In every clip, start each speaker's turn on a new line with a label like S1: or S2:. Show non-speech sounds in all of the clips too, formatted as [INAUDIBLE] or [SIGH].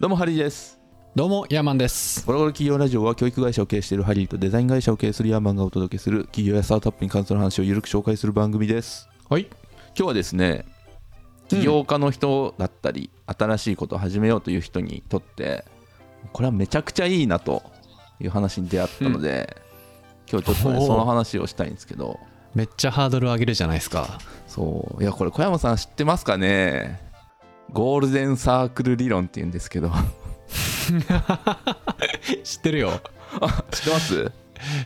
S1: どうもハリーです
S2: どうもヤーマンです
S1: ゴロゴロ企業ラジオは教育会社を経営しているハリーとデザイン会社を経営するヤーマンがお届けする企業やスタートアップに関する話をゆるく紹介する番組です
S2: はい
S1: 今日はですね起業家の人だったり、新しいことを始めようという人にとってこれはめちゃくちゃいいなという話に出会ったので、今日ちょっとね
S2: おお
S1: その話をしたいんですけど
S2: めっちゃハードル上げるじゃないですか
S1: そういやこれ小山さん知ってますかねゴールデンサークル理論って言うんですけど
S2: [LAUGHS]
S1: [LAUGHS]
S2: 知ってるよ
S1: 知ってます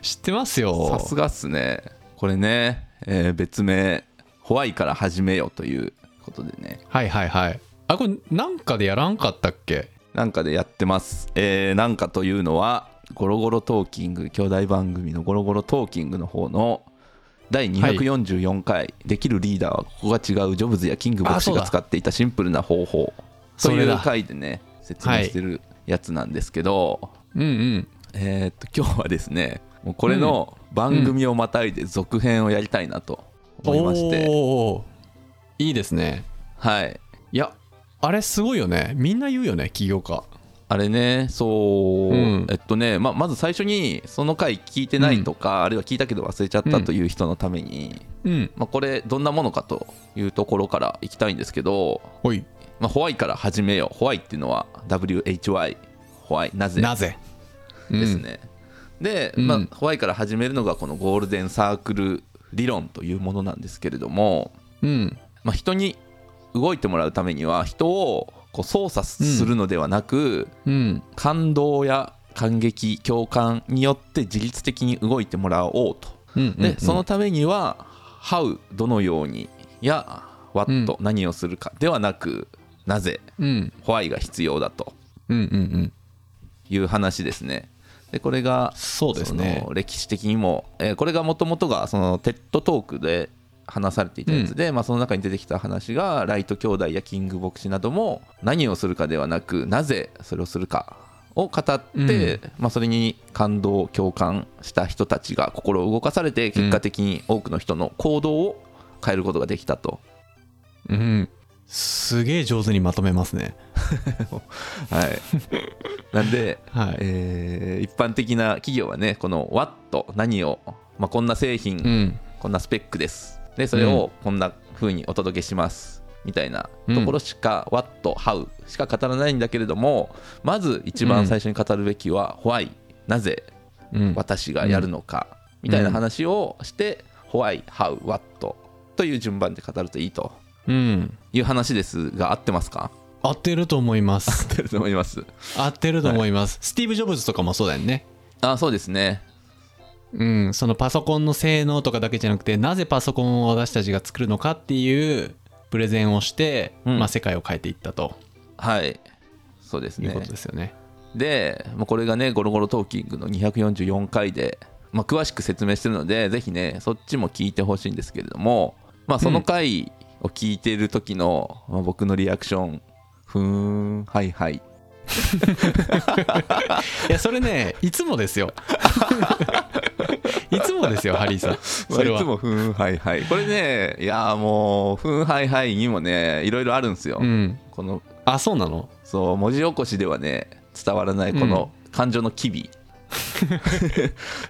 S2: 知ってますよ
S1: さすがっすねこれね、えー別名ホワイから始めよということでね
S2: はいはいはいあこれなんかでやらんかったっけ
S1: なんかでやってますえーなんかというのはゴロゴロトーキング兄弟番組のゴロゴロトーキングの方の第244回、できるリーダーはここが違うジョブズやキング牧
S2: あ
S1: 師
S2: そう
S1: が
S2: だ
S1: 使っていたシンプルな方法と
S2: そ
S1: い
S2: れだ
S1: う回でね説明してるやつなんですけど、
S2: うんうん
S1: えーっと今日はですねもうこれの番組をまたいで続編をやりたいなと思いまして、
S2: おーいいですね
S1: はい
S2: いやあれすごいよねみんな言うよね起業家
S1: あれねそう、
S2: うん
S1: えっとねままず最初にその回聞いてないとか、あるいは聞いたけど忘れちゃったという人のために、
S2: うん
S1: まこれどんなものかというところからいきたいんですけど、
S2: おい
S1: まホワイから始めようホワイっていうのは WHY ホワイなぜ
S2: なぜ
S1: ですね、で、
S2: うん
S1: まあ、ホワイから始めるのがこのゴールデンサークル理論というものなんですけれども、
S2: うん
S1: まあ、人に動いてもらうためには人をこう操作するのではなく、
S2: うん
S1: 感動や感激共感によって自律的に動いてもらおうと
S2: うんうん
S1: で、そのためには「how」どのようにや「what、
S2: うん
S1: 何をするかではなくなぜ
S2: うん
S1: 「why」が必要だと
S2: うんうんうん
S1: いう話ですねでこれが
S2: そうですね
S1: その歴史的にも、えーこれがもともとがそのテッドトークで話されていたやつで、まあ、その中に出てきた話がライト兄弟やキング牧師なども何をするかではなくなぜそれをするかを語って、
S2: うん
S1: まあ、それに感動共感した人たちが心を動かされて結果的に多くの人の行動を変えることができたと、
S2: うんすげえ上手にまとめますね [LAUGHS]
S1: はい、なんで
S2: はい
S1: えー一般的な企業はねこの「What」何を、まあ、こんな製品、
S2: うん
S1: こんなスペックですでそれをこんな風にお届けしますみたいなところしか「What」「How」しか語らないんだけれどもまず一番最初に語るべきは「Why」なぜ
S2: うん
S1: 私がやるのかみたいな話をして「Why」「How」「What」という順番で語るといいと
S2: うん
S1: いう話ですが合ってます
S2: [LAUGHS]
S1: か
S2: 合ってると思います
S1: 合ってると思います
S2: 合ってると思います、スティーブ・ジョブズとかもそうだよね
S1: あそうですね
S2: うんそのパソコンの性能とかだけじゃなくてなぜパソコンを私たちが作るのかっていうプレゼンをして、
S1: うん
S2: まあ、世界を変えていったと
S1: はいそうです
S2: い
S1: ね
S2: うことですよね
S1: で、まあ、これがね「ゴロゴロトーキング」の244回で、まあ、詳しく説明してるのでぜひねそっちも聞いてほしいんですけれども、まあ、その回を聞いてる時の、まあ、僕のリアクション「ふーんはいはい
S2: いやそれ
S1: [LAUGHS]
S2: ねいつもですよ [LAUGHS] いつもですよハリーさん」それ
S1: まあいつ
S2: は
S1: も「ふーんはいはい」これねいやーもう「ふーんはいはい」にもねいろいろあるんですよ、
S2: うん
S1: この
S2: あそうなの
S1: そう文字起こしではね伝わらないこの感情の機
S2: [LAUGHS]
S1: 微、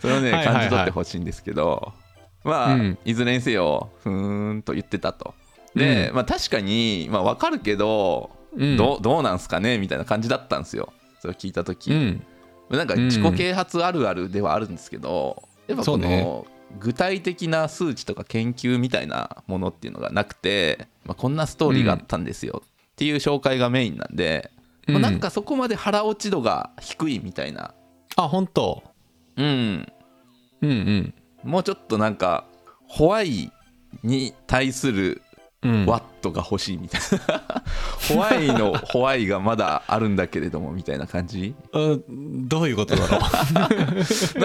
S1: それをね
S2: はいはいはい
S1: 感じ取ってほしいんですけどまあ、
S2: うん
S1: いずれにせよふーんと言ってたとで、
S2: う
S1: まあ確かにまあわかるけど、
S2: うん
S1: どうどうなんすかねみたいな感じだったんですよそれを聞いた時、
S2: うん
S1: なんか
S2: うん
S1: 自己啓発あるあるではあるんですけどやっぱ
S2: そ
S1: こ
S2: うね
S1: の具体的な数値とか研究みたいなものっていうのがなくて、まあ、こんなストーリーがあったんですよっていう紹介がメインなんで、まあ
S2: うん
S1: なんかそこまで腹落ち度が低いみたいな
S2: あ本当
S1: うん
S2: うんうん
S1: もうちょっとなんかホワイに対する
S2: うん
S1: ワットが欲しいみたい
S2: [LAUGHS]
S1: なホワイのホワイがまだあるんだけれどもみたいな感じ
S2: うんどういうことだろう
S1: な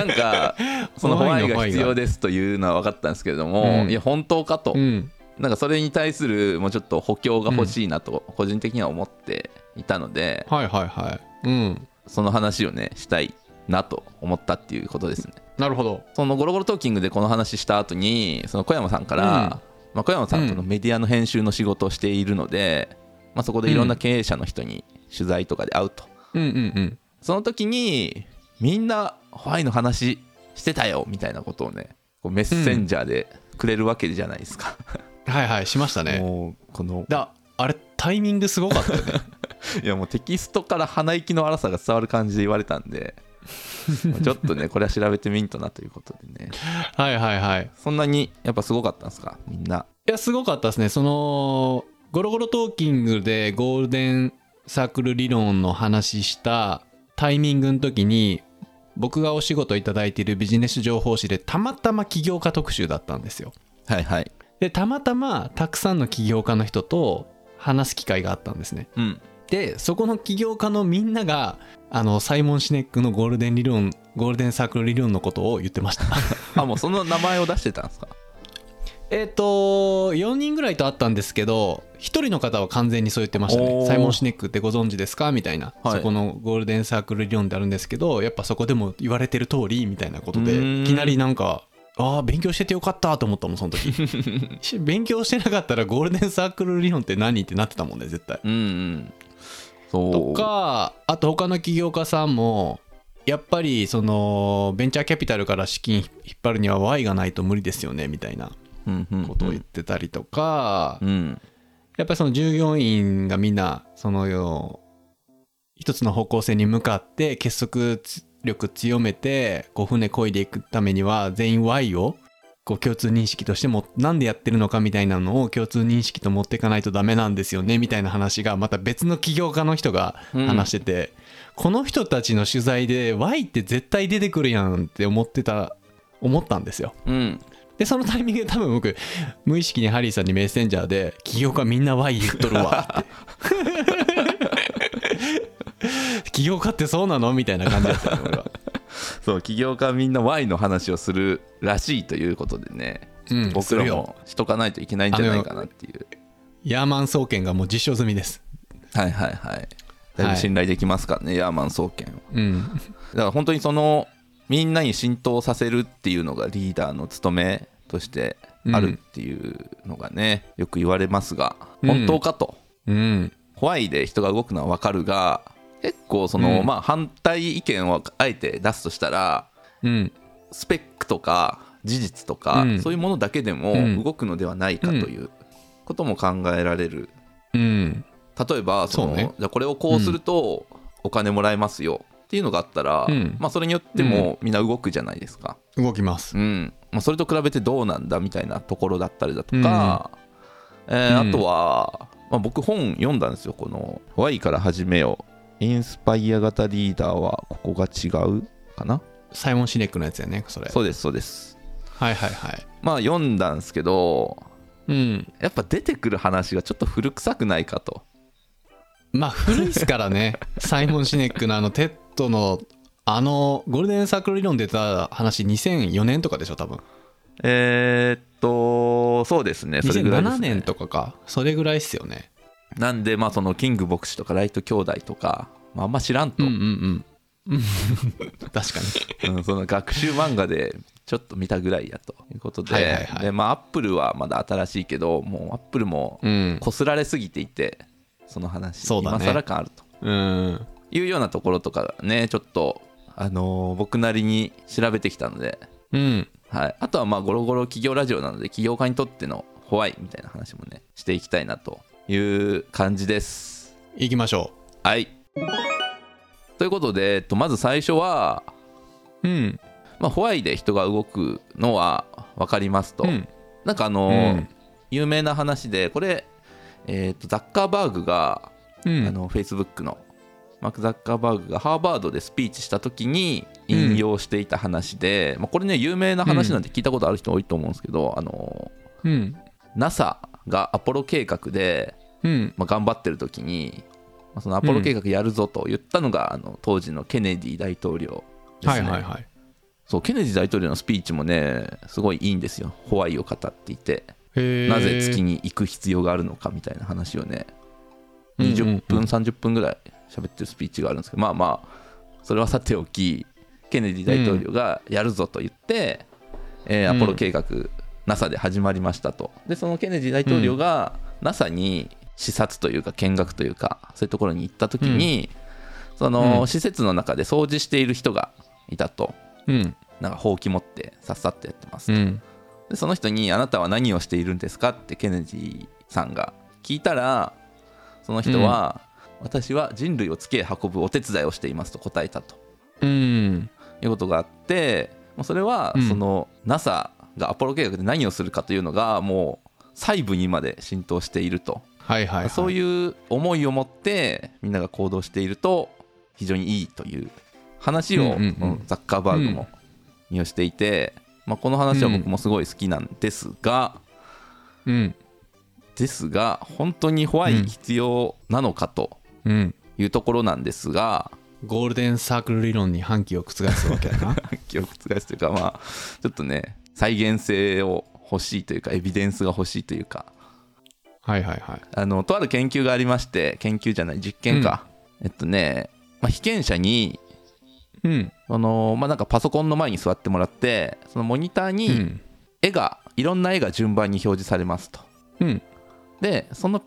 S1: んかそのホワイが必要ですというのは分かったんですけれども、
S2: うん
S1: いや本当かと、 [LAUGHS]
S2: うん
S1: なんかそれに対するもうちょっと補強が欲しいなと個人的には思っていたので、
S2: はいはいはいうん
S1: その話をねしたいなと思ったっていうことですね
S2: なるほど
S1: そのゴロゴロトーキングでこの話した後にその小山さんから、まあ、小山さんとのメディアの編集の仕事をしているので、まあ、そこでいろんな経営者の人に取材とかで会うと
S2: うんうん
S1: その時にみんなホワイの話してたよみたいなことをねこうメッセンジャーでくれるわけじゃないですか、
S2: うんはいはいしましたね
S1: もうこの
S2: だあれタイミングすごかったよね
S1: いやもうテキストから鼻息の荒さが伝わる感じで言われたん
S2: [LAUGHS]
S1: でまあちょっとねこれは調べてみんとなということでね
S2: [LAUGHS] はいはいはい
S1: そんなにやっぱすごかったんですかみんない
S2: やすごかったですねそのゴロゴロトーキングでゴールデンサークル理論の話したタイミングの時に僕がお仕事いただいているビジネス情報誌でたまたま起業家特集だったんですよ
S1: はいはい
S2: でたまたまたくさんの起業家の人と話す機会があったんですね
S1: うん
S2: でそこの起業家のみんながあのサイモン・シネックのゴールデン理論ゴールデンサークル理論のことを言ってました
S1: あもうその名前を出してたんですか
S2: えっと4人ぐらいと会ったんですけど1人の方は完全にそう言ってました
S1: お
S2: ね
S1: ー
S2: サイモン・シネックってご存知ですかみたいな、
S1: はい
S2: そこのゴールデンサークル理論であるんですけどやっぱそこでも言われてる通りみたいなこと
S1: う
S2: で
S1: ーん
S2: いきなりなんかああ勉強しててよかったと思ったもんそ
S1: [LAUGHS]
S2: の時し勉強してなかったらゴールデンサークル理論って何ってなってたもんね絶対
S1: うんうんそう
S2: とかあと他の起業家さんもやっぱりそのベンチャーキャピタルから資金引っ張るには Y がないと無理ですよねみたいな
S1: うんうんうん
S2: ことを言ってたりとか、
S1: うん
S2: やっぱりその従業員がみんなその一つの方向性に向かって結束力強めてこう船漕いでいくためには全員 Y をこう共通認識としてもなんでやってるのかみたいなのを共通認識と持っていかないとダメなんですよねみたいな話がまた別の起業家の人が
S1: うん
S2: 話してて、この人たちの取材で Y って絶対出てくるやんって思ってた思ったんですよ。
S1: うん
S2: でそのタイミングで多分僕無意識にハリーさんにメッセンジャーで「起業家みんな Y 言っとるわ」って「起業家ってそうなの?」みたいな感じだったの俺は、
S1: そう起業家みんな Y の話をするらしいということでね
S2: うん、す
S1: 僕
S2: る
S1: ら
S2: よ
S1: もしとかないといけないんじゃないかなっていう
S2: ヤーマン総研がもう実証済みです
S1: はいはいはいだいぶ信頼できますからね、ヤーマン総研は
S2: うん
S1: だから本当にそのみんなに浸透させるっていうのがリーダーの務めとしてあるっていうのがね、よく言われますが
S2: う
S1: 本
S2: ん
S1: 当かと、
S2: うん
S1: ホワイで人が動くのはわかるが結構その、
S2: うん
S1: まあ反対意見をあえて出すとしたら
S2: うん
S1: スペックとか事実とか、
S2: うん
S1: そういうものだけでも
S2: うん
S1: 動くのではないかということも考えられる
S2: うん
S1: 例えばその
S2: そうね
S1: じゃあこれをこうするとお金もらえますよっていうのがあったら、
S2: うん
S1: まあ、それによってもみんな動くじゃないですか、
S2: 動きます
S1: うんまあ、それと比べてどうなんだみたいなところだったりだとか、えー
S2: うん
S1: あとは、まあ、僕本読んだんですよこの「Y から始めよう」「インスパイア型リーダーはここが違う」かな
S2: サイモン・シネックのやつやねそれ
S1: そうですそうです
S2: はいはいはい
S1: まあ読んだんですけど
S2: うん
S1: やっぱ出てくる話がちょっと古臭くないかと
S2: まあ古いですからね [LAUGHS] サイモン・シネックのあのテッドのあのゴールデンサークル理論出た話2004年とかでしょ多分
S1: えーっとそうですねそれぐらいです、
S2: 2007
S1: ね、
S2: 年とかかそれぐらいっすよね
S1: なんでまあそのキング牧師とかライト兄弟とか、まあ、あんま知らんと、
S2: うんうんうん [LAUGHS] 確かに
S1: うんその学習漫画でちょっと見たぐらいやということで,、
S2: はいはいはい
S1: でまあアップルはまだ新しいけどもうアップルも
S2: うん
S1: こすられすぎていてその話、
S2: そうだね
S1: 今更感あると
S2: うん
S1: いうようなところとかねちょっと、あのー僕なりに調べてきたので、
S2: うん
S1: はい、あとはまあゴロゴロ企業ラジオなので企業家にとってのホワイみたいな話もねしていきたいなという感じです。
S2: 行きましょ
S1: はい。ということで、えっと、まず最初は、
S2: ううん
S1: まあ、ホワイで人が動くのは分かりますと、
S2: うん
S1: なんかあのー
S2: うん
S1: 有名な話でこれ、えっとザッカーバーグが、
S2: うん
S1: あのフェイスブックのマーク・ザッカーバーグがハーバードでスピーチした時に引用していた話で、まあ、これね有名な話なんて聞いたことある人多いと思うんですけど、あのー
S2: うん
S1: NASA がアポロ計画で
S2: うん
S1: まあ、頑張ってる時に、まあ、そのアポロ計画やるぞと言ったのが、あの当時のケネディ大統領です
S2: は
S1: ね、
S2: いはいはい
S1: そうケネディ大統領のスピーチもねすごいいいんですよホワイを語っていて
S2: へー
S1: なぜ月に行く必要があるのかみたいな話をね
S2: うんうん
S1: 20分、
S2: うん
S1: 30分ぐらい喋ってるスピーチがあるんですけどまあまあそれはさておきケネディ大統領がやるぞと言って、えー
S2: うん
S1: アポロ計画 NASA で始まりましたとでそのケネディ大統領が NASA に視察というか見学というかそういうところに行った時に、その、
S2: うん
S1: 施設の中で掃除している人がいたと
S2: うん
S1: なんかほうき持ってさっさってやってます、
S2: うん
S1: でその人に「あなたは何をしているんですか?」ってケネディさんが聞いたらその人は「私は人類を月へ運ぶお手伝いをしています」と答えたと
S2: うん
S1: いうことがあってもうそれは
S2: うん
S1: その NASA がアポロ計画で何をするかというのがもう細部にまで浸透していると、
S2: はいはい、はい、
S1: そう
S2: う
S1: いう思いを持ってみんなが行動していると非常にいいという話を、
S2: うんうんうん
S1: ザッカーバーグも引用していて、まあ、この話は僕もすごい好きなんですが、
S2: うん
S1: ですが本当にホワイ必要なのかと
S2: うん
S1: いうところなんですが、
S2: ゴールデンサークル理論に反旗を覆すわけだ [LAUGHS] な
S1: 記憶覆すというかまあちょっとね再現性を欲しいというかエビデンスが欲しいというか
S2: はいはいはい
S1: あのとある研究がありまして研究じゃない実験か、えっとね、まあ、被験者に
S2: うん
S1: あの、まあ、なんかパソコンの前に座ってもらってそのモニター
S2: う
S1: に
S2: ん
S1: 絵が、いろんな絵が順番に表示されますと
S2: うん
S1: でその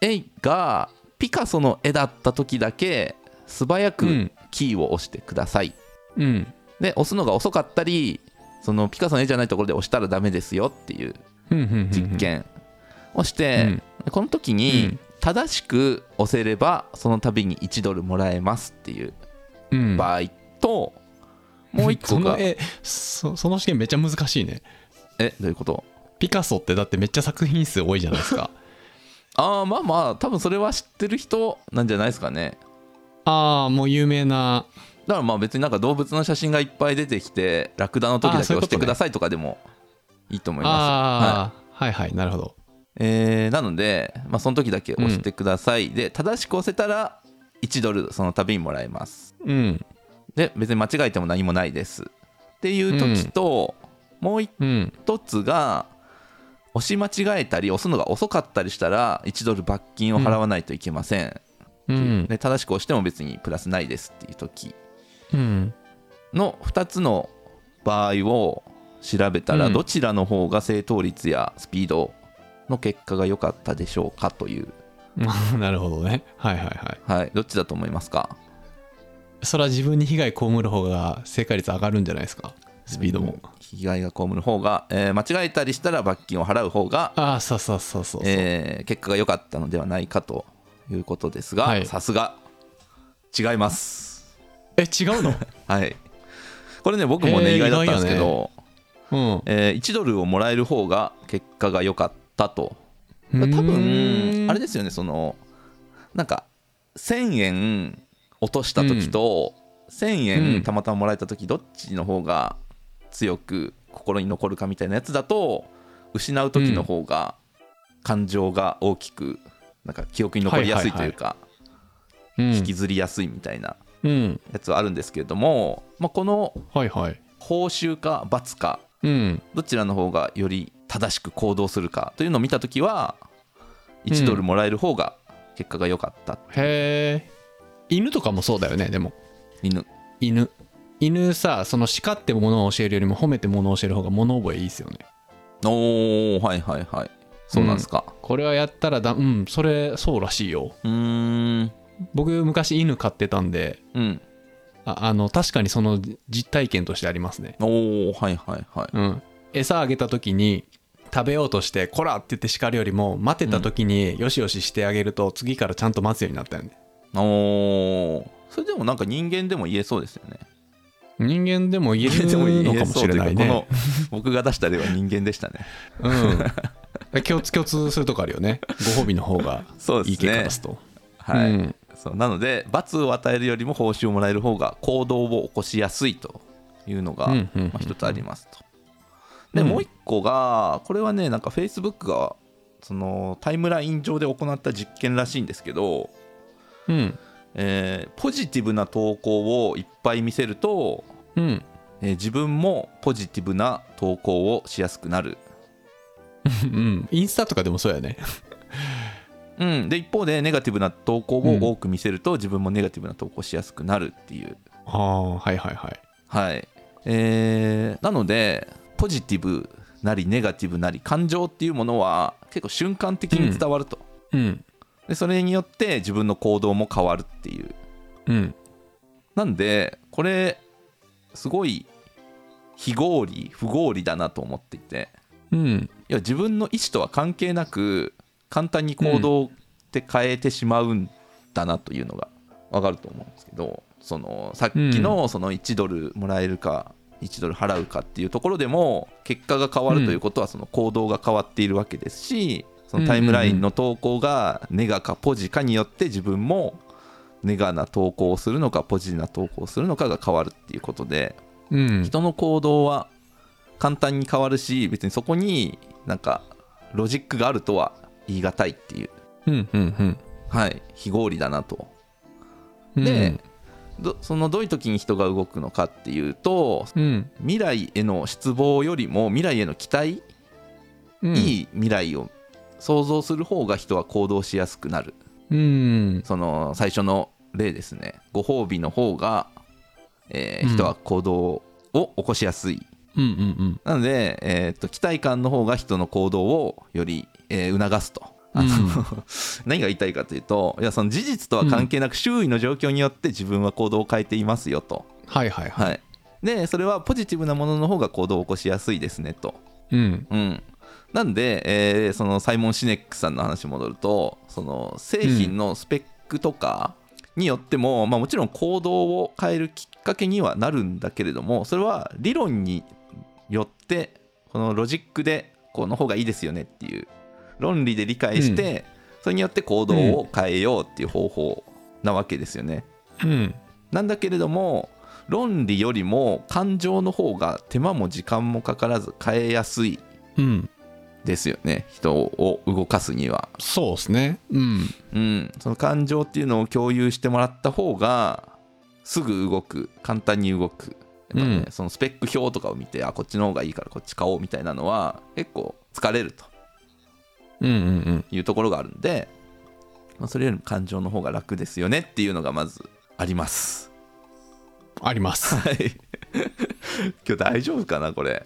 S1: 絵がピカソの絵だった時だけ素早
S2: う
S1: く
S2: ん
S1: キーを押してください、
S2: うん
S1: で押すのが遅かったりそのピカソの絵じゃないところで押したらダメですよっていう
S2: うんうんうん
S1: 実験をして、
S2: うん
S1: この時
S2: う
S1: に
S2: ん
S1: 正しく押せればその度に1ドルもらえますっていう
S2: うん
S1: 場合と、もう一個
S2: そ
S1: が
S2: の絵そその試験めっちゃ難しいね
S1: えどういうこと
S2: ピカソってだってめっちゃ作品数多いじゃないですか
S1: ああまあまあ多分それは知ってる人なんじゃないですかね
S2: [LAUGHS] ああもう有名な
S1: だからまあ別になんか動物の写真がいっぱい出てきてラクダの時だけ
S2: あーそういう
S1: 押
S2: こ
S1: して
S2: とね
S1: くださいとかでもいいと思います
S2: ああ、はい、はいなるほど
S1: えーなので、まあ、その時だけ押してください、で正しく押せたら1ドルその度にもらえます
S2: うん
S1: で別に間違えても何もないですっていう時と、もう
S2: うん
S1: 一つが押し間違えたり押すのが遅かったりしたら1ドル罰金を払わないといけません、
S2: うん
S1: で正しく押しても別にプラスないですっていう時
S2: うん [LAUGHS]
S1: の2つの場合を調べたら
S2: うん
S1: どちらの方が正答率やスピードの結果が良かったでしょうかという
S2: なるほどねはいはいはい
S1: はい、どっちだと思いますか
S2: それは自分に被害被る方が正解率上がるんじゃないですかスピードも、
S1: 被害が被る方が、えー間違えたりしたら罰金を払う方が、
S2: ああそうそうそうそうそう、
S1: えー結果が良かったのではないかということです
S2: は
S1: が
S2: い
S1: さすが違います
S2: え違うの
S1: はいこれね僕もね、
S2: えー
S1: 意外だったんですけ
S2: 意外
S1: ど、
S2: うん
S1: えー1ドルをもらえる方が結果が良かったと
S2: う
S1: 多
S2: ーん
S1: 分あれですよねそのなんか1000円落とした時と、1000
S2: う
S1: 円
S2: ん
S1: たまたまもらえた時どっちの方が強く心に残るかみたいなやつだと失う時の方が感情が大きくなんか記憶に残りやすいというか
S2: うん
S1: 引きずりやすいみたいな
S2: うん
S1: やつはあるんですけれども、まあ、この
S2: はいはい
S1: 報酬か罰か
S2: うん
S1: どちらの方がより正しく行動するかというのを見た時は1ドルもらえる方が結果が良かった、
S2: へえ犬とかもそうだよねでも
S1: 犬
S2: 犬犬さその叱ってものを教えるよりも褒めてものを教える方が物覚えいいですよね
S1: おおはいはいはいそうなんですか
S2: これはやったらだうんそれそうらしいよ
S1: うーん
S2: 僕昔犬飼ってたんで
S1: うん
S2: ああの確かにそのじ実体験としてありますね
S1: おおはいはいはい
S2: うん餌あげた時に食べようとして「こら!」って言って叱るよりも待てた時によしよししてあげると次からちゃんと待つようになったよね
S1: おおそれでもなんか人間でも言えそうですよね
S2: 人間でも言え
S1: でも
S2: るのかもしれない
S1: 言えそう
S2: ね
S1: というかこの僕が出した例は人間でしたね
S2: [LAUGHS] うん共通共通するとこあるよねご褒美の方が
S1: そう
S2: い
S1: で
S2: い
S1: す
S2: 結果
S1: ね
S2: 出すと
S1: はい、
S2: うん
S1: そうなので罰を与えるよりも報酬をもらえる方が行動を起こしやすいというのが
S2: うん
S1: ま
S2: うんうんうん
S1: あ一つありますと。で
S2: うん
S1: もう一個がこれはねなんか Facebook がそのタイムライン上で行った実験らしいんですけど、
S2: うん
S1: えーポジティブな投稿をいっぱい見せると、
S2: うん
S1: えー自分もポジティブな投稿をしやすくなる。
S2: うんインスタとかでもそうやね
S1: うん、で一方でネガティブな投稿を多く見せると自分もネガティブな投稿しやすくなるっていう
S2: ああはいはいはい
S1: はい、えーなのでポジティブなりネガティブなり感情っていうものは結構瞬間的に伝わると
S2: うん
S1: でそれによって自分の行動も変わるっていう
S2: うん
S1: なんでこれすごい非合理不合理だなと思っていて
S2: うん
S1: いや自分の意思とは関係なく簡単に行動って変えてしまうんだなというのがわかると思うんですけどそのさっきのその1ドルもらえるか1ドル払うかっていうところでも結果が変わるということはその行動が変わっているわけですしそのタイムラインの投稿がネガかポジかによって自分もネガな投稿をするのかポジな投稿をするのかが変わるっていうことで
S2: うん
S1: 人の行動は簡単に変わるし別にそこになんかロジックがあるとは言い難いっていう、
S2: うんうん
S1: はい、非合理だなと
S2: うん
S1: でどそのどういう時に人が動くのかっていうと
S2: うん
S1: 未来への失望よりも未来への期待、
S2: うん
S1: いい未来を想像する方が人は行動しやすくなる
S2: うん
S1: その最初の例ですねご褒美の方が、えー
S2: うん
S1: 人は行動を起こしやすい
S2: うんうん
S1: なので、えーっと期待感の方が人の行動をより、えー促すと。あの [LAUGHS] 何が言いたいかというといやその事実とは関係なく周囲の状況によって自分は行動を変えていますよと、
S2: はいはいはい
S1: はい、でそれはポジティブなものの方が行動を起こしやすいですねと、
S2: うん
S1: うん、なんで、えーそのサイモン・シネックさんの話に戻るとその製品のスペックとかによっても、まあ、もちろん行動を変えるきっかけにはなるんだけれどもそれは理論によってこのロジックでこの方がいいですよねっていう論理で理解して、それによって行動を変えようっていう方法なわけですよね。
S2: うん
S1: なんだけれども論理よりも感情の方が手間も時間もかからず変えやすい
S2: うん
S1: ですよね人を動かすには、
S2: そうですねうん
S1: うん、その感情っていうのを共有してもらった方がすぐ動く簡単に動く、やっぱね
S2: う
S1: そのスペック表とかを見てあこっちの方がいいからこっち買おうみたいなのは結構疲れると
S2: うんうんうん
S1: いうところがあるんで、まあそれよりも感情の方が楽ですよねっていうのがまずあります。
S2: あ
S1: [LAUGHS]
S2: ります
S1: はい今日大丈夫かなこれ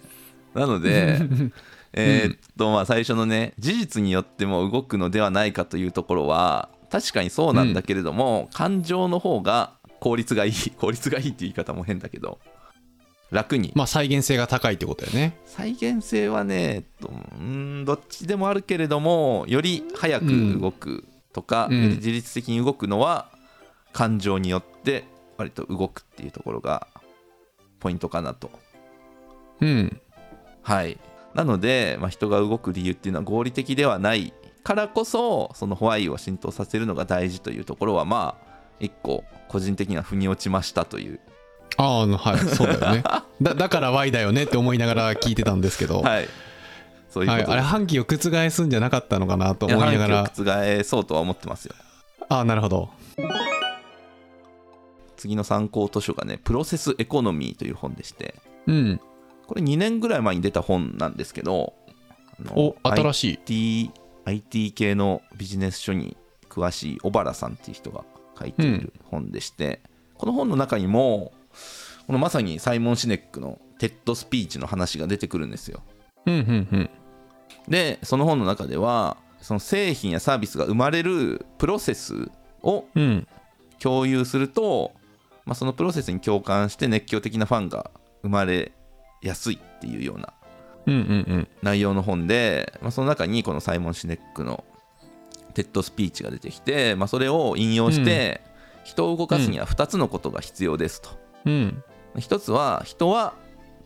S1: なので
S2: [LAUGHS]
S1: えーっとまあ最初のね事実によっても動くのではないかというところは確かにそうなんだけれども、感情の方が効率がい [LAUGHS] い効率がいいっていう言い方も変だけど楽に、
S2: まあ再現性が高いってことだよね
S1: 再現性はねえっとうーんどっちでもあるけれどもより早く動くとか、
S2: うん
S1: より自律的に動くのは感情によって割と動くっていうところがポイントかなと
S2: うん
S1: はい、なので、まあ、人が動く理由っていうのは合理的ではないからこそそのホワイを浸透させるのが大事というところはまあ一個個人的には腑に落ちましたという、
S2: ああはいそうだ
S1: [LAUGHS]
S2: よねだだから Y だよねって思いながら聞いてたんですけど、はい
S1: はい、そういうことです、
S2: あれ半旗を覆すんじゃなかったのかなと思いなが
S1: いや
S2: ら
S1: 反旗を覆そうとは思ってますよ
S2: ああなるほど
S1: 次の参考図書がね「プロセスエコノミー」という本でして
S2: うん
S1: これ2年ぐらい前に出た本なんですけどあの
S2: お新しい
S1: IT, IT 系のビジネス書に詳しい小原さんっていう人が書いている本でして、この本の中にもこのまさにサイモン・シネックのテッドスピーチの話が出てくるんですよ
S2: うんうんうん
S1: でその本の中ではその製品やサービスが生まれるプロセスを
S2: うん
S1: 共有すると、まあ、そのプロセスに共感して熱狂的なファンが生まれやすいっていうような
S2: うんうん
S1: 内容の本で、まあ、その中にこのサイモン・シネックのテッドスピーチが出てきて、まあ、それを引用して、人を動かすには2つのことが必要ですと、
S2: うんうん
S1: 1つは人は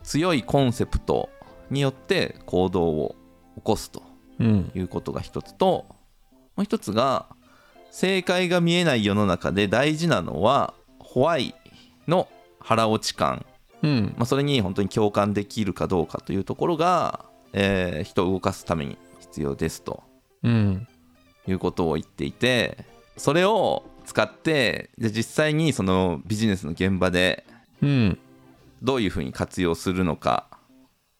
S1: 強いコンセプトによって行動を起こすと
S2: うん
S1: いうことが1つともう1つが正解が見えない世の中で大事なのはホワイの腹落ち感
S2: うん
S1: まあ、それに本当に共感できるかどうかというところが、えー人を動かすために必要ですと
S2: うん
S1: いうことを言っていてそれを使ってじゃあ実際にそのビジネスの現場で
S2: うん
S1: どういうふうに活用するのか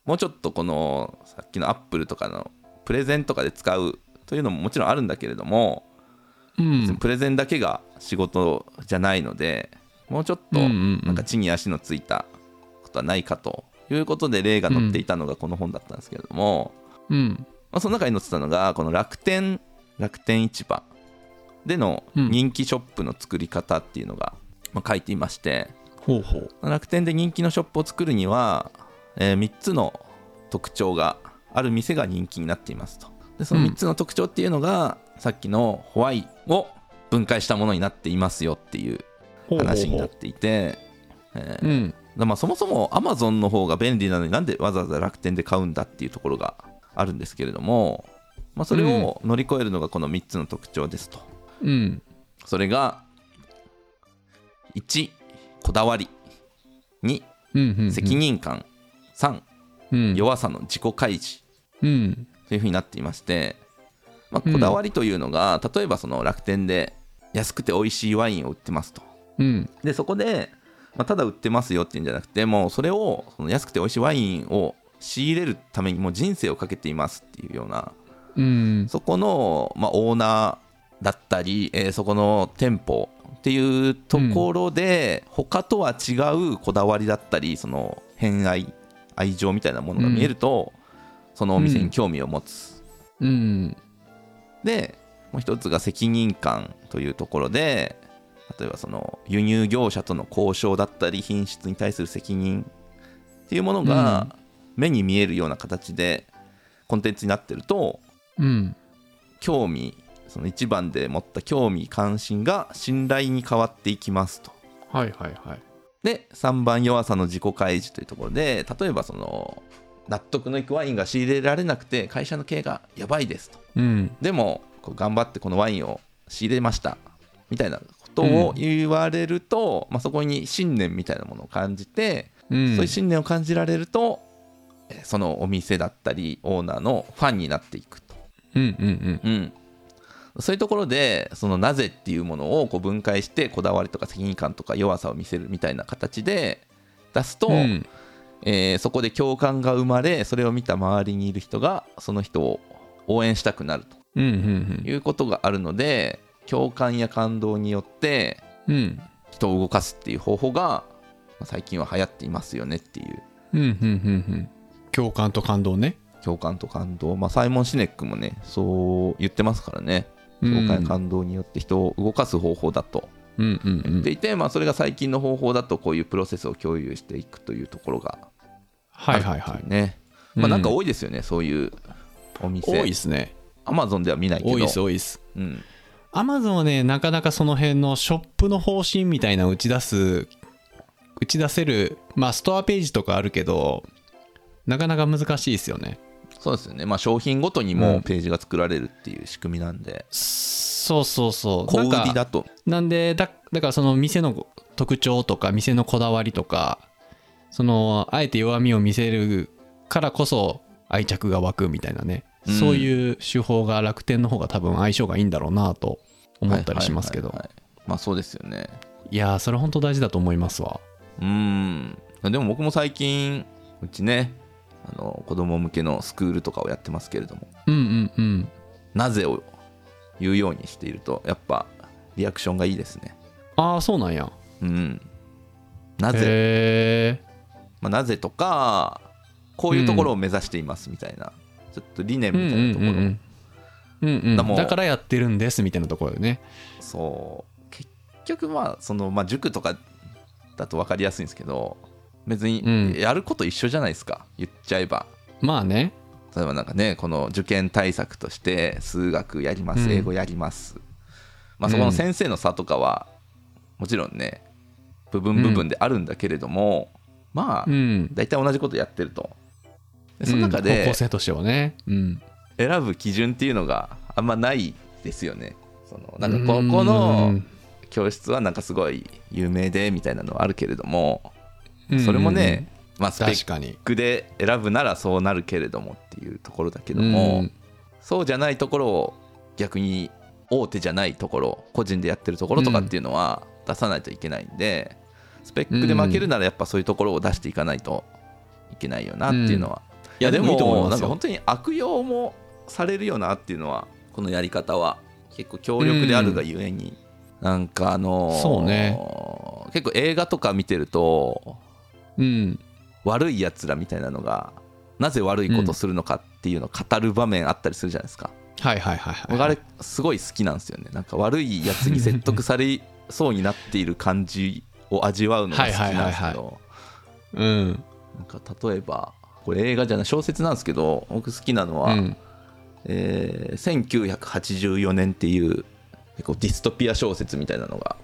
S1: もうちょっとこのさっきのアップルとかのプレゼンとかで使うというのももちろんあるんだけれども、
S2: うん
S1: プレゼンだけが仕事じゃないのでもうちょっと
S2: うんうんうん
S1: なんか地に足のついたことはないかということで例が載っていたのがこの本だったんですけれども、
S2: うん
S1: まあ、その中に載ってたのがこの楽天楽天市場での
S2: うん
S1: 人気ショップの作り方っていうのが、まあ、書いていまして
S2: ほうほう
S1: 楽天で人気のショップを作るには、え3つの特徴がある店が人気になっていますとでその3つの特徴っていうのが、さっきのホワイを分解したものになっていますよっていう
S2: ほうほうほう
S1: 話になっていてえー
S2: うん
S1: だまあそもそも Amazon の方が便利なのになんでわざわざ楽天で買うんだっていうところがあるんですけれども、まあ、それを乗り越えるのがこの3つの特徴ですと
S2: うん
S1: それが1こだわり2
S2: うんうん
S1: 責任感3
S2: うん
S1: 弱さの自己開示
S2: うん
S1: というふうになっていまして、ま
S2: う
S1: あ、
S2: ん
S1: こだわりというのが例えばその楽天で安くて美味しいワインを売ってますと
S2: うん
S1: でそこで、まあ、ただ売ってますよっていうんじゃなくてもうそれをその安くて美味しいワインを仕入れるためにもう人生をかけていますっていうような
S2: うん
S1: そこの、まあ、オーナーだったり、えーそこの店舗っていうところで、他とは違うこだわりだったりその偏愛愛情みたいなものが見えると、そのお店に興味を持つ、
S2: うん
S1: でもう一つが責任感というところで例えばその輸入業者との交渉だったり品質に対する責任っていうものが目に見えるような形でコンテンツになってると
S2: うん
S1: 興味その一番で持った興味関心が信頼に変わっていきますと。
S2: はいはいはい
S1: で3番弱さの自己開示というところで例えばその納得のいくワインが仕入れられなくて会社の経営がやばいですと。
S2: うん
S1: でもこう頑張ってこのワインを仕入れましたみたいなことを言われると、まあ、そこに信念みたいなものを感じて、
S2: うん
S1: そういう信念を感じられるとえーそのお店だったりオーナーのファンになっていくと、
S2: うんうん
S1: うん、そういうところでそのなぜっていうものをこう分解してこだわりとか責任感とか弱さを見せるみたいな形で出すと、
S2: うんうん
S1: えーそこで共感が生まれそれを見た周りにいる人がその人を応援したくなると。
S2: うんうん
S1: いうことがあるので共感や感動によって
S2: うんうん
S1: 人を動かすっていう方法がまあ最近は流行っていますよねっていう
S2: うんうんうんうん共感と感動ね
S1: 共感と感動、まあ、サイモン・シネックもねそう言ってますからね
S2: うん
S1: 共感や感動によって人を動かす方法だと
S2: うんうんう
S1: 言っ
S2: ん
S1: ていて、まあ、それが最近の方法だとこういうプロセスを共有していくというところがあ
S2: は
S1: る
S2: い
S1: っていうね、
S2: はいはい
S1: まあ、なんか
S2: うん
S1: 多いですよね、そういうお店
S2: 多いですね
S1: アマゾンでは見ないけど
S2: 多いです多いです
S1: うん、
S2: アマゾンはね、なかなかその辺のショップの方針みたいなの打ち出す、打ち出せる、まあストアページとかあるけど、なかなか難しいですよね。
S1: そうですよね、まあ、商品ごとにもページが作られるっていう仕組みなんで、
S2: そうそうそう。
S1: 小売
S2: なん
S1: り
S2: か
S1: だと
S2: なんでだ、だからその店の特徴とか、店のこだわりとか、その、あえて弱みを見せるからこそ愛着が湧くみたいなね、
S1: うん
S2: そういう手法が楽天の方が多分相性がいいんだろうなと思ったりしますけど
S1: はいはい。はいはいまあそうですよね
S2: いやー、それ本当大事だと思いますわ。
S1: うーんでも僕も最近うちねあの子供向けのスクールとかをやってますけれども
S2: うんうんうん。
S1: なぜを言うようにしているとやっぱリアクションがいいですね
S2: ああそうなんや
S1: うんなぜ、
S2: へえ
S1: まあ、なぜとかこういうところを目指していますみたいな、ちょっと理念
S2: う
S1: み
S2: ん
S1: た
S2: う
S1: い
S2: ん
S1: なところ、
S2: うんうん
S1: だもん
S2: だからやってるんですみたいなところでね
S1: そう結局まあその、まあ、塾とかだと分かりやすいんですけど別
S2: うん
S1: にやること一緒じゃないですか、言っちゃえば
S2: まあね
S1: 例えばなんかねこの受験対策として数学やります、
S2: うん
S1: 英語やります、まあ、
S2: うん
S1: そこの先生の差とかはもちろんね部分部分であるんだけれども、まあ
S2: うん
S1: 大体同じことやってるとでその中
S2: うん高
S1: で
S2: 校生としてはねうん
S1: 選ぶ基準っていうのがあんまないですよねそのなんかここ
S2: う
S1: の
S2: ん
S1: 教室はなんかすごい有名でみたいなのはあるけれどもそれもね、まあ、ス
S2: うん
S1: ペ
S2: 確
S1: ッ
S2: かに
S1: クで選ぶならそうなるけれどもっていうところだけ
S2: け
S1: ども、そうじゃないところを逆に大手じゃないところ個人でやってるところとかっていうのは出さないといけないんで、スペックで負けるならやっぱそういうところを出していかないといけないよなっていうのは、
S2: いやでもいいと思いますよ
S1: なんか本当に悪用もされるよなっていうのはこのやり方は結構強力であるがゆえに、なんかあのー
S2: そうね
S1: 結構映画とか見てると
S2: うん
S1: 悪いやつらみたいなのがなぜ悪いことするのかっていうのを語る場面あったりするじゃないですか。
S2: はいはいはいはい
S1: 僕あれすごい好きなんですよねなんか悪いやつに説得されそうになっている感じを味わうのが好きなんです
S2: はいはいは
S1: け
S2: い
S1: ど
S2: うん
S1: なんか例えばこれ映画じゃない小説なんですけど僕好きなの
S2: う
S1: は、
S2: ん
S1: えー1984年っていう結構ディストピア小説みたいなのが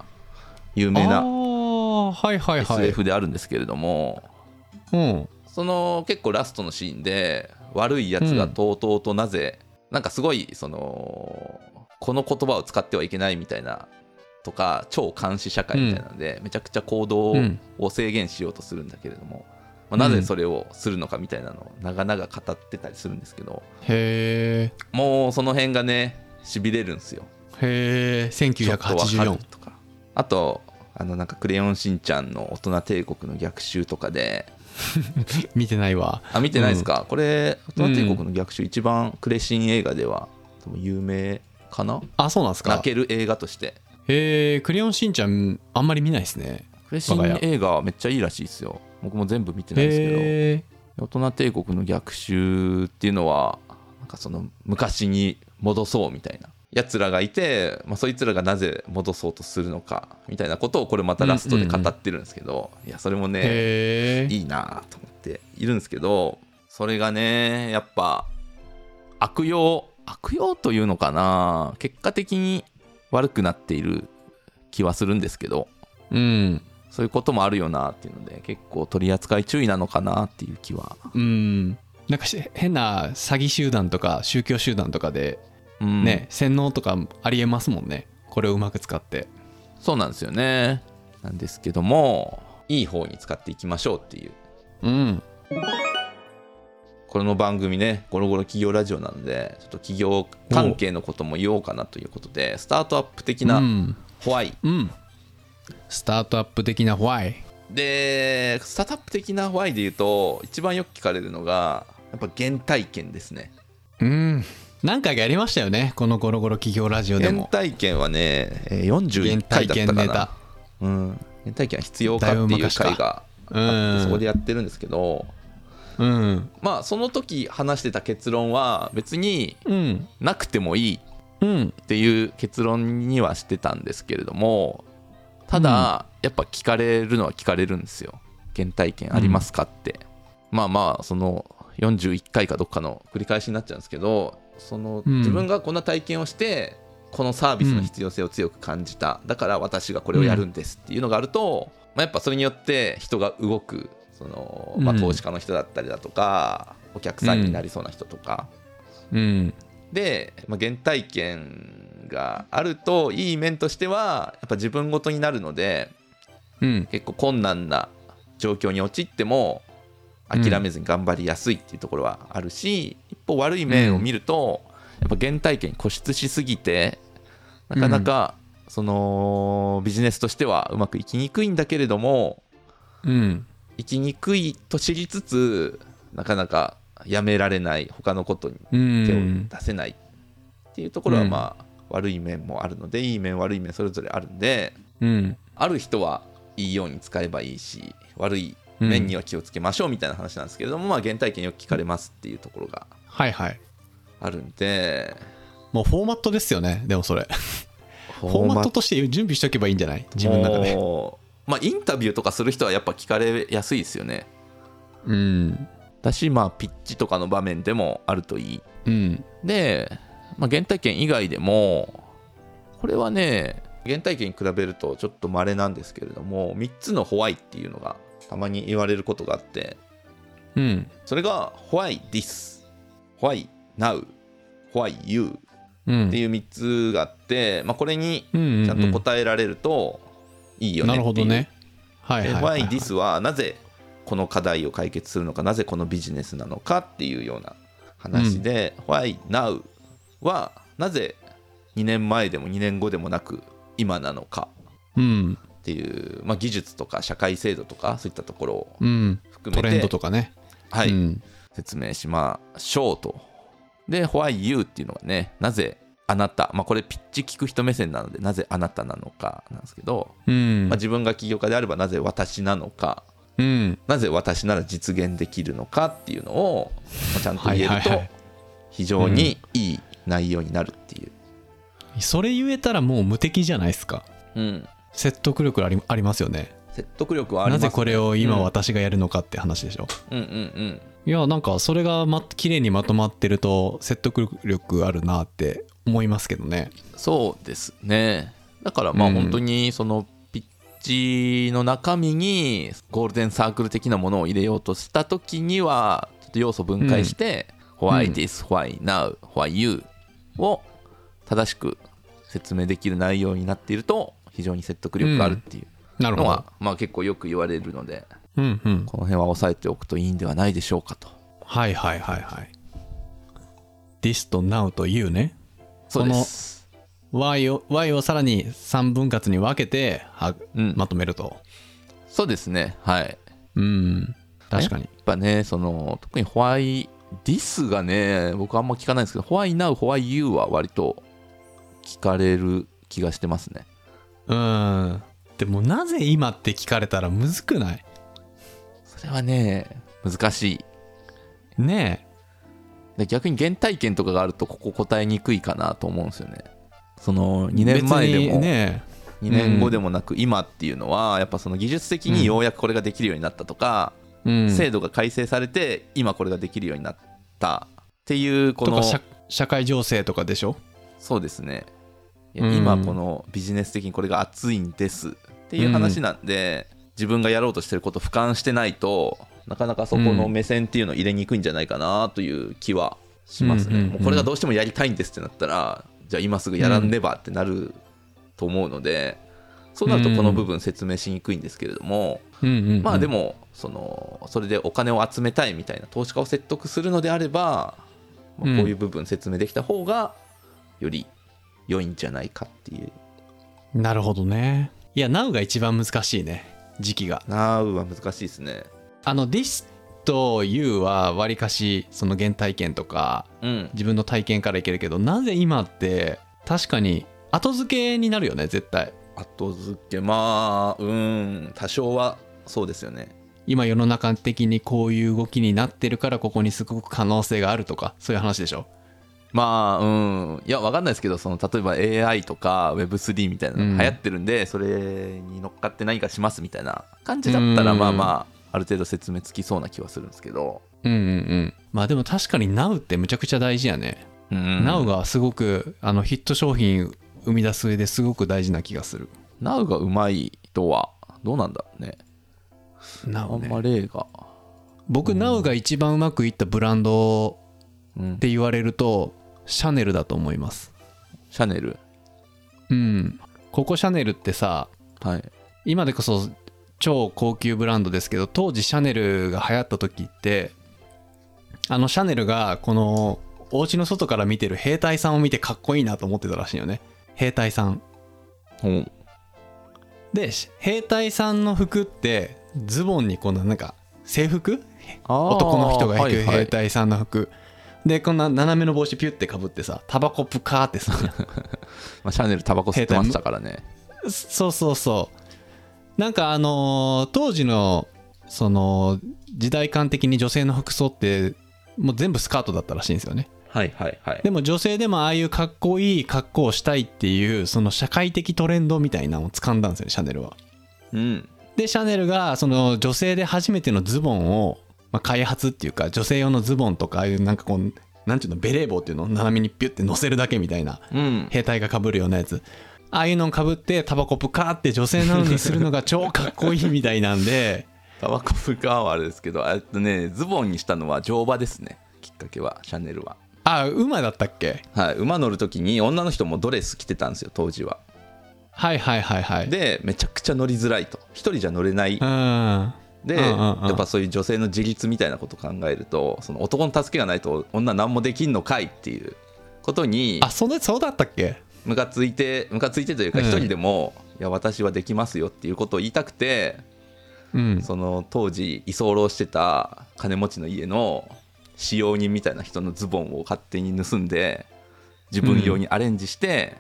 S1: 有名
S2: あ
S1: な
S2: ーはいはいはい
S1: SF であるんですけれども、
S2: うん
S1: その結構ラストのシーンで悪いやつがとうとうとなぜ、なんかすごいそのこの言葉を使ってはいけないみたいなとか超監視社会みたいなので、めちゃくちゃ行動
S2: うん
S1: を制限しようとするんだけれども、まあなぜそれをするのかみたいなのを長々語ってたりするんですけど
S2: へ
S1: もうその辺がねしびれるんですよ。
S2: えへえ
S1: ちょっとわか
S2: 1984
S1: るとかあとあのなんか「クレヨンしんちゃん」の「大人帝国の逆襲」とかで
S2: 見てないわ
S1: あ見てないですか、これ「大人帝国の逆襲」一番クレシン映画では多分有名かな
S2: あそうなんです
S1: 泣
S2: か
S1: ける映画として
S2: へえクレヨンしんちゃんあんまり見ないですね
S1: クレシン映画はめっちゃいいらしいですよ僕も全部見てないですけ
S2: へえ
S1: ど「大人帝国の逆襲」っていうのはなんかその昔に戻そうみたいなやつらがいて、まあ、そいつらがなぜ戻そうとするのかみたいなことをこれまたラストで語ってるんですけど、いやそれもね
S2: へえ
S1: いいなぁと思っているんですけどそれがねやっぱ悪用悪用というのかな結果的に悪くなっている気はするんですけど
S2: うん
S1: そういうこともあるよなっていうので結構取り扱い注意なのかなっていう気は、
S2: うんなんかし変な詐欺集団とか宗教集団とかで
S1: うん、
S2: ね、洗脳とかありえますもんねこれをうまく使って
S1: そうなんですよねなんですけどもいい方に使っていきましょうっていう
S2: うん
S1: この番組ねゴロゴロ企業ラジオなのでちょっと企業関係のことも言おうかなということでスタートアップ的
S2: う、
S1: なんホワイ
S2: うん、スタートアップ的な Why
S1: でスタートアップ的な Y で言うと一番よく聞かれるのがやっぱ原体験ですね
S2: うん何回かやりましたよねこのゴロゴロ企業ラジオで
S1: 原
S2: も
S1: 体験はねえー
S2: 原
S1: 41回
S2: 体
S1: だっ
S2: 験
S1: たか
S2: ネ
S1: な
S2: タ
S1: うん原体験は必要かって
S2: だいぶ
S1: いう
S2: 昔か
S1: 回が
S2: う
S1: あってそこで
S2: ん
S1: やってるんですけど
S2: うん
S1: まあその時話してた結論は別に
S2: うん
S1: なくてもいい
S2: うん
S1: っていう結論にはしてたんですけれどもただ、やっぱ聞かれるのは聞かれるんですよ原体験ありますかって、まあまあその41回かどっかの繰り返しになっちゃうんですけどその
S2: うん
S1: 自分がこんな体験をしてこのサービスの必要性を強く感じた、だから私がこれをやるんですっていうのがあると、まあ、やっぱそれによって人が動くその、まあ、
S2: うん
S1: 投資家の人だったりだとか、お客さんになりそうな人とか、
S2: うん
S1: で、まあ、原体験があるといい面としてはやっぱ自分ごとになるので
S2: うん
S1: 結構困難な状況に陥っても諦めずに頑張りやすいっていうところはあるし、一方悪い面を見ると、やっぱ原体験固執しすぎてなかなかそのビジネスとしてはうまくいきにくいんだけれども
S2: うん
S1: いきにくいと知りつつなかなかやめられない他のことに
S2: う
S1: 手を
S2: ん
S1: 出せないっていうところはまあ悪い面もあるのでいい面悪い面それぞれあるんで
S2: うん
S1: ある人はいいように使えばいいし悪い面には気をつけましょうみたいな話なんですけれどもまあ原体験よく聞かれますっていうところが
S2: はいはい
S1: あるんで
S2: もうフォーマットですよねでもそれ
S1: フ
S2: フォーマットとして準備しとけばいいんじゃない自分の中で
S1: まあインタビューとかする人はやっぱ聞かれやすいですよね
S2: うん
S1: だしまあピッチとかの場面でもあるといい
S2: うん
S1: で、まあ、原体験以外でもこれはね原体験に比べるとちょっと稀なんですけれども3つのホワイっていうのがたまに言われることがあって
S2: うん
S1: それがホワイ this ホワイ now ホワイ you
S2: うん
S1: っていう3つがあって、まあ、これに
S2: うんうんうん
S1: ちゃんと答えられるといいよね
S2: な
S1: っていう
S2: るほどねはい
S1: で
S2: はいは
S1: Why
S2: い、
S1: this はなぜこの課題を解決するのかなぜこのビジネスなのかっていうような話で、Why now はなぜ2年前でも2年後でもなく今なのか
S2: うん
S1: っていう、まあ、技術とか社会制度とかそういったところを
S2: うん
S1: 含め
S2: ト
S1: て
S2: レンドとかね
S1: はい
S2: うん
S1: 説明しましょうとで Why you っていうのがねなぜあなた、まあ、これピッチ聞く人目線なのでなぜあなたなのかなんですけど、
S2: うん
S1: まあ、自分が起業家であればなぜ私なのか
S2: うん
S1: なぜ私なら実現できるのかっていうのをまあちゃんと言える
S2: はいはいは
S1: と
S2: い
S1: 非常にいい内容になるっていう、
S2: それ言えたらもう無敵じゃないですか
S1: うん、
S2: 説得力ありありますよね
S1: 説得力はありま
S2: な
S1: す
S2: ぜこれを今
S1: うん
S2: 私がやるのかって話でしょ、
S1: うんうんうん
S2: いやなんかそれがま綺麗にまとまってると説得力あるなって思いますけどね
S1: そうですねだからまあ
S2: うん
S1: 本当にそのピッチの中身にゴールデンサークル的なものを入れようとした時にはちょっと要素分解して「Why this? Why now? Why you?」を正しく説明できる内容になっていると非常に説得力があるっていう
S2: なるほ
S1: のは
S2: ど、
S1: まあ結構よく言われるので
S2: うんうん、
S1: この辺は押さえておくといいんではないでしょうかと
S2: はいはいはいはい「this と now と you ね
S1: そうです。
S2: y を y をさらに3分割に分けては
S1: うん
S2: まとめると
S1: そうですねはい
S2: うん確かに
S1: やっぱねその特にホワイディスがね僕あんま聞かないんですけどホワイナウホワイユーは割と聞かれる気がしてますね
S2: うんでもなぜ今って聞かれたらむずくない
S1: それはね難しい
S2: ね
S1: で逆に原体験とかがあるとここ答えにくいかなと思うんですよねその
S2: え
S1: 2年前で
S2: 別
S1: も
S2: にね
S1: 2年後でもなく今っていうのはやっぱその技術的にようやくこれができるようになったとか、
S2: うん
S1: 制度が改正されて今これができるようになったっていうことの
S2: か社社会情勢とかでしょ
S1: そうですね。いや
S2: うん
S1: 今このビジネス的にこれが熱いんですっていう話なんで、自分がやろうとしてることを俯瞰してないとなかなかそこの目線っていうのを入れにくいんじゃないかなという気はします
S2: うん
S1: ね。
S2: うんうん
S1: もうこれがどうしてもやりたいんですってなったらじゃあ今すぐやらねばってなると思うので。そうなるとこの部分説明しにくいんですけれども、
S2: うんうんうん
S1: まあでもそのそれでお金を集めたいみたいな投資家を説得するのであれば、ま
S2: うん
S1: あこういう部分説明できた方がより良いんじゃないかっていう
S2: なるほどねいや Now が一番難しいね時期が
S1: なうは難しいですね
S2: あの This と You はわりかしその原体験とか
S1: うん
S2: 自分の体験からいけるけどなぜ今って確かに後付けになるよね絶対
S1: 後付けまあうん多少はそうですよね
S2: 今世の中的にこういう動きになってるからここにすごく可能性があるとかそういう話でしょ
S1: まあうんいやわかんないですけどその例えば AI とか Web3 みたいな
S2: うん
S1: のが流行ってるんで、それに乗っかって何かしますみたいな感じだったら
S2: うん
S1: まあまあある程度説明つきそうな気はするんですけど
S2: うんうんうんまあでも確かに Now ってむちゃくちゃ大事やね、
S1: うん、
S2: Now がすごくあのヒット商品生み出す上ですごく大事な気がする
S1: ナウがうまい人はどうなんだろうね。あ
S2: Now
S1: ん
S2: ね
S1: ま例が。
S2: 僕 Now が一番うまくいったブランド
S1: うん
S2: っ、て言われるとシャネルだと思います
S1: シャネル。
S2: うんここシャネルってさ
S1: はい。
S2: 今でこそ超高級ブランドですけど当時シャネルが流行った時ってあのシャネルがこのお家の外から見てる兵隊さんを見てかっこいいなと思ってたらしいよね兵隊さん
S1: ほう
S2: でし兵隊さんの服ってズボンにこんななんか制服男の人が
S1: は
S2: 行
S1: い
S2: く
S1: は
S2: 兵
S1: い
S2: 隊さんの服、でこんな斜めの帽子ピュってかぶってさタバコプカーってさ
S1: まあ、シャネルタバコ吸ってましたからね。
S2: そうそうそうなんかあのー当時のその時代感的に女性の服装ってもう全部スカートだったらしいんですよね
S1: はいはいはい
S2: でも女性でもああいうかっこいい格好をしたいっていうその社会的トレンドみたいなのを掴んだんですよねシャネルは
S1: うん。
S2: でシャネルがその女性で初めてのズボンを、まあ、開発っていうか女性用のズボンとかああいうなんかこうなんていうのベレー帽っていうのを斜めにピュって乗せるだけみたいな
S1: うん。
S2: 兵隊がかぶるようなやつああいうのをかぶってタバコプカーって女性なのにするのが超かっこいいみたいなんで
S1: タバコ吸うかはあれですけど、えっとね、ズボンにしたのは乗馬ですね。きっかけは、シャネルは。
S2: ああ馬だったっけ
S1: はい。馬乗るときに女の人もドレス着てたんですよ、当時は。
S2: はいはいはいはい
S1: で、めちゃくちゃ乗りづらいと。一人じゃ乗れない
S2: うん
S1: で、
S2: うんうんうん
S1: やっぱそういう女性の自立みたいなことを考えるとその男の助けがないと女何もできんのかいっていうことに
S2: あそんなそうだったっけ
S1: ムカついてムカついてというか
S2: うん
S1: 一人でも、いや私はできますよっていうことを言いたくて
S2: うん
S1: その当時居候してた金持ちの家の使用人みたいな人のズボンを勝手に盗んで自分用にアレンジして、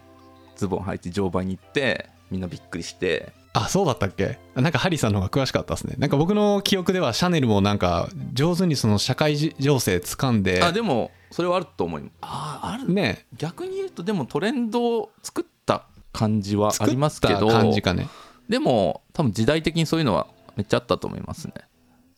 S1: ズボン履いて乗馬に行ってみんなびっくりして
S2: あそうだったっけあなんかハリーさんの方が詳しかったですねなんか僕の記憶ではシャネルもなんか上手にその社会じ情勢掴んで
S1: あでもそれはあると思いますああある
S2: ね
S1: 逆に言うとでもトレンドを作った感じはあ
S2: 作
S1: りま
S2: っ
S1: すけ
S2: た
S1: ど
S2: 感じかね
S1: でも多分時代的にそういうのはめっちゃあったと思いますね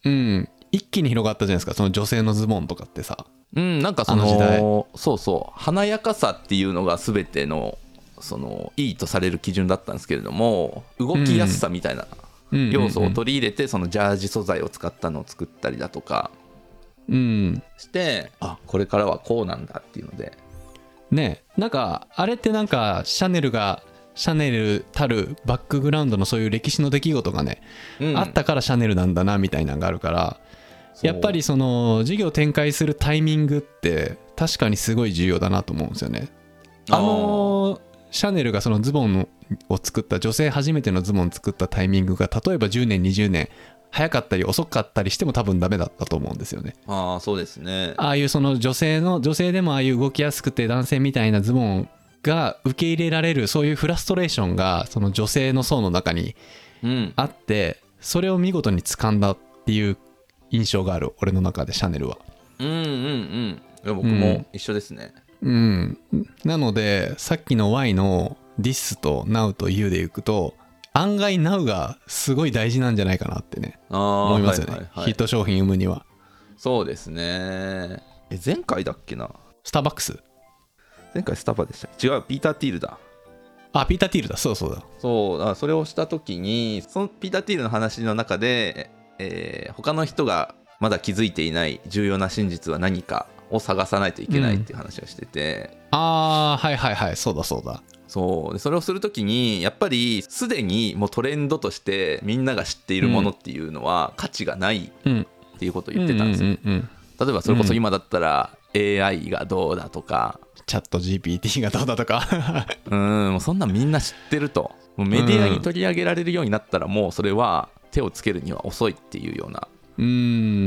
S2: うん一気に広がったじゃないですかその女性のズボンとかってさ
S1: うんなんかそ
S2: あの時代
S1: のそうそう華やかさっていうのが全てのそのいいとされる基準だったんですけれども動きやすさみたいな
S2: うんうんうん
S1: 要素を取り入れてそのジャージ素材を使ったのを作ったりだとか
S2: うん
S1: してあこれからはこうなんだっていうので
S2: ねなんかあれってなんかシャネルがシャネルたるバックグラウンドのそういう歴史の出来事がね、あったからシャネルなんだなみたいなのがあるからやっぱりその事業展開するタイミングって確かにすごい重要だなと思うんですよね。
S1: あー
S2: あのシャネルがそのズボンのを作った女性初めてのズボンを作ったタイミングが例えば10年20年早かったり遅かったりしても多分ダメだったと思うんですよね。
S1: ああそうですね
S2: ああいうその女性の女性でもああいう動きやすくて男性みたいなズボンが受け入れられるそういうフラストレーションがその女性の層の中に
S1: うん
S2: あってそれを見事に掴んだっていう印象がある俺の中でシャネルは
S1: うんうんうんいや僕
S2: う
S1: も
S2: ん
S1: 一緒ですね、
S2: うんなのでさっきの Y の This と Now と You でいくと案外 Now がすごい大事なんじゃないかなってね
S1: ああ
S2: 思いますよね、
S1: はいはいは
S2: ヒ
S1: い
S2: ット商品生むには
S1: そうですねえ前回だっけな
S2: スターバックス
S1: 前回スタバでした違うピーター・ティールだ
S2: あピーター・ティールだそうそうだ
S1: そうあそれをした時にそのピーター・ティールの話の中で、えー他の人がまだ気づいていない重要な真実は何かを探さないといけないっていう話をしてて、
S2: ああはいはいはいそうだそうだ
S1: そうでそれをする時にやっぱりすでにもうトレンドとしてみんなが知っているものっていうのは価値がない
S2: うん
S1: っていうことを言ってたんですよ、
S2: ううんうんうん
S1: 例えばそれこそ今だったら AI がどうだとか
S2: チャット GPT がどうだとか
S1: うんもうそんなんみんな知ってるともうメディアに取り上げられるようになったらもうそれは手をつけるには遅いっていうような
S2: [LAUGHS] うー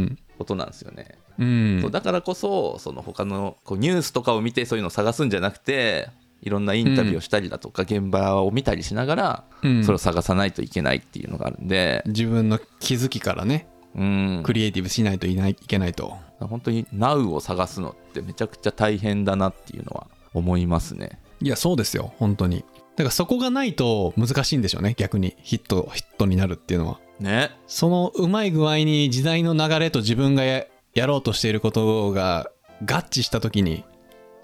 S2: ん
S1: ことなんですよね、
S2: う
S1: そうんだからこそその他のこうニュースとかを見てそういうのを探すんじゃなくていろんなインタビューをしたりだとか、現場を見たりしながら
S2: うん
S1: それを探さないといけないっていうのがあるんで、
S2: 自分の気づきからね
S1: うん、
S2: クリエイティブしないといないいけないと
S1: 本当に Now を探すのってめちゃくちゃ大変だなっていうのは思いますね。
S2: いやそうですよ本当にだからそこがないと難しいんでしょうね逆にヒットヒットになるっていうのは
S1: ね
S2: そのうまい具合に時代の流れと自分がややろうとしていることが合致した時に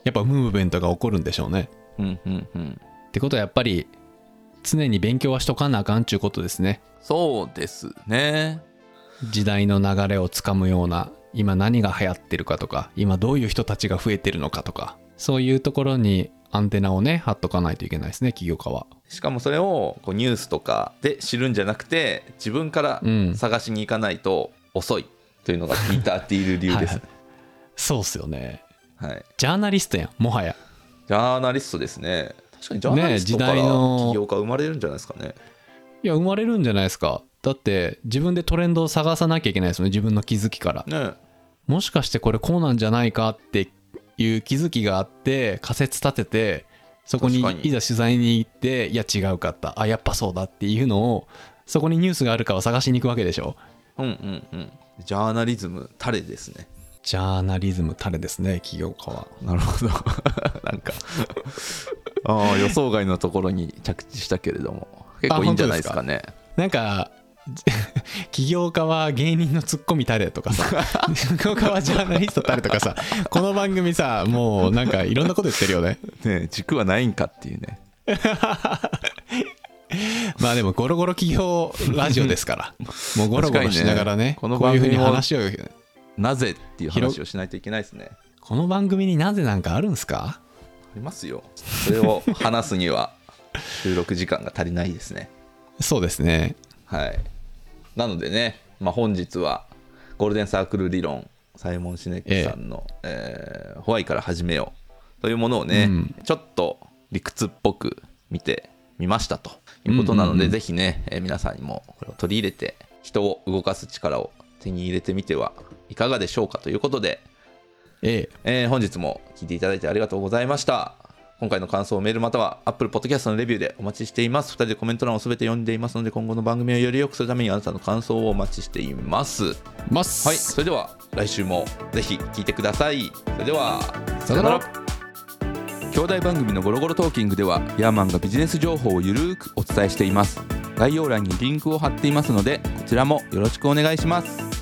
S2: やっぱムーブメントが起こるんでしょうね
S1: うんうんうん
S2: ってことはやっぱり常に勉強はしとかなあかんちゅうことですね
S1: そうですね。
S2: 時代の流れをつかむような今何が流行ってるかとか今どういう人たちが増えてるのかとかそういうところにアンテナをね張っとかないといけないですね起業家は
S1: しかもそれをこうニュースとかで知るんじゃなくて自分から
S2: うん
S1: 探しに行かないと遅いというのがピーター・ティール流です
S2: そうっすよね
S1: はい
S2: ジャーナリストやんもはや
S1: ジャーナリストですね確かにジャーナリストから
S2: ね時代の
S1: 起業家生まれるんじゃないですかね
S2: いや生まれるんじゃないですかだって自分でトレンドを探さなきゃいけないですよね自分の気づきから
S1: ね
S2: もしかしてこれこうなんじゃないかっていう気づきがあって仮説立ててそこに
S1: 確かに
S2: いざ取材に行っていや違うかったあやっぱそうだっていうのをそこにニュースがあるかを探しに行くわけでしょ
S1: うんうんうんジャーナリズムタレですね
S2: ジャーナリズムタレですね起業家は
S1: なるほど [LAUGHS] なんかああ予想外のところに着地したけれども結構いいんじゃないですかね
S2: なんか [LAUGHS] 起業家は芸人のツッコミタレとかさ [LAUGHS] 起業家はジャーナリストタレとかさこの番組さもうなんかいろんなこと言ってるよね
S1: ねえ軸はないんかっていうね
S2: まあでもゴロゴロ起業ラジオですからもうゴロゴロしながらね
S1: 確かにねこの
S2: こういうふうに
S1: 番組も
S2: 話を
S1: なぜっていう話をしないといけないですね
S2: この番組になぜなんかあるんすか
S1: ありますよそれを話すに
S2: [LAUGHS]
S1: は収録時間が足りないですね
S2: そうですね
S1: はいなのでね、まあ、本日はゴールデンサークル理論サイモン・シネックさんの「えーホワイから始めよう」というものをね、
S2: うん
S1: ちょっと理屈っぽく見てみましたということなので、
S2: うんうんうん
S1: ぜひね、えー皆さんにもこれを取り入れて人を動かす力を手に入れてみてはいかがでしょうかということで、
S2: ええ
S1: えー本日も聞いていただいてありがとうございました今回の感想をメールまたは Apple Podcast のレビューでお待ちしています。2人でコメント欄を全て読んでいますので、今後の番組をより良くするためにあなたの感想をお待ちしています。
S2: ます
S1: はい、それでは来週もぜひ聞いてください。それでは、
S2: さよなら
S1: 兄弟番組のゴロゴロトーキングでは、ヤーマンがビジネス情報をゆるーくお伝えしています。概要欄にリンクを貼っていますので、こちらもよろしくお願いします。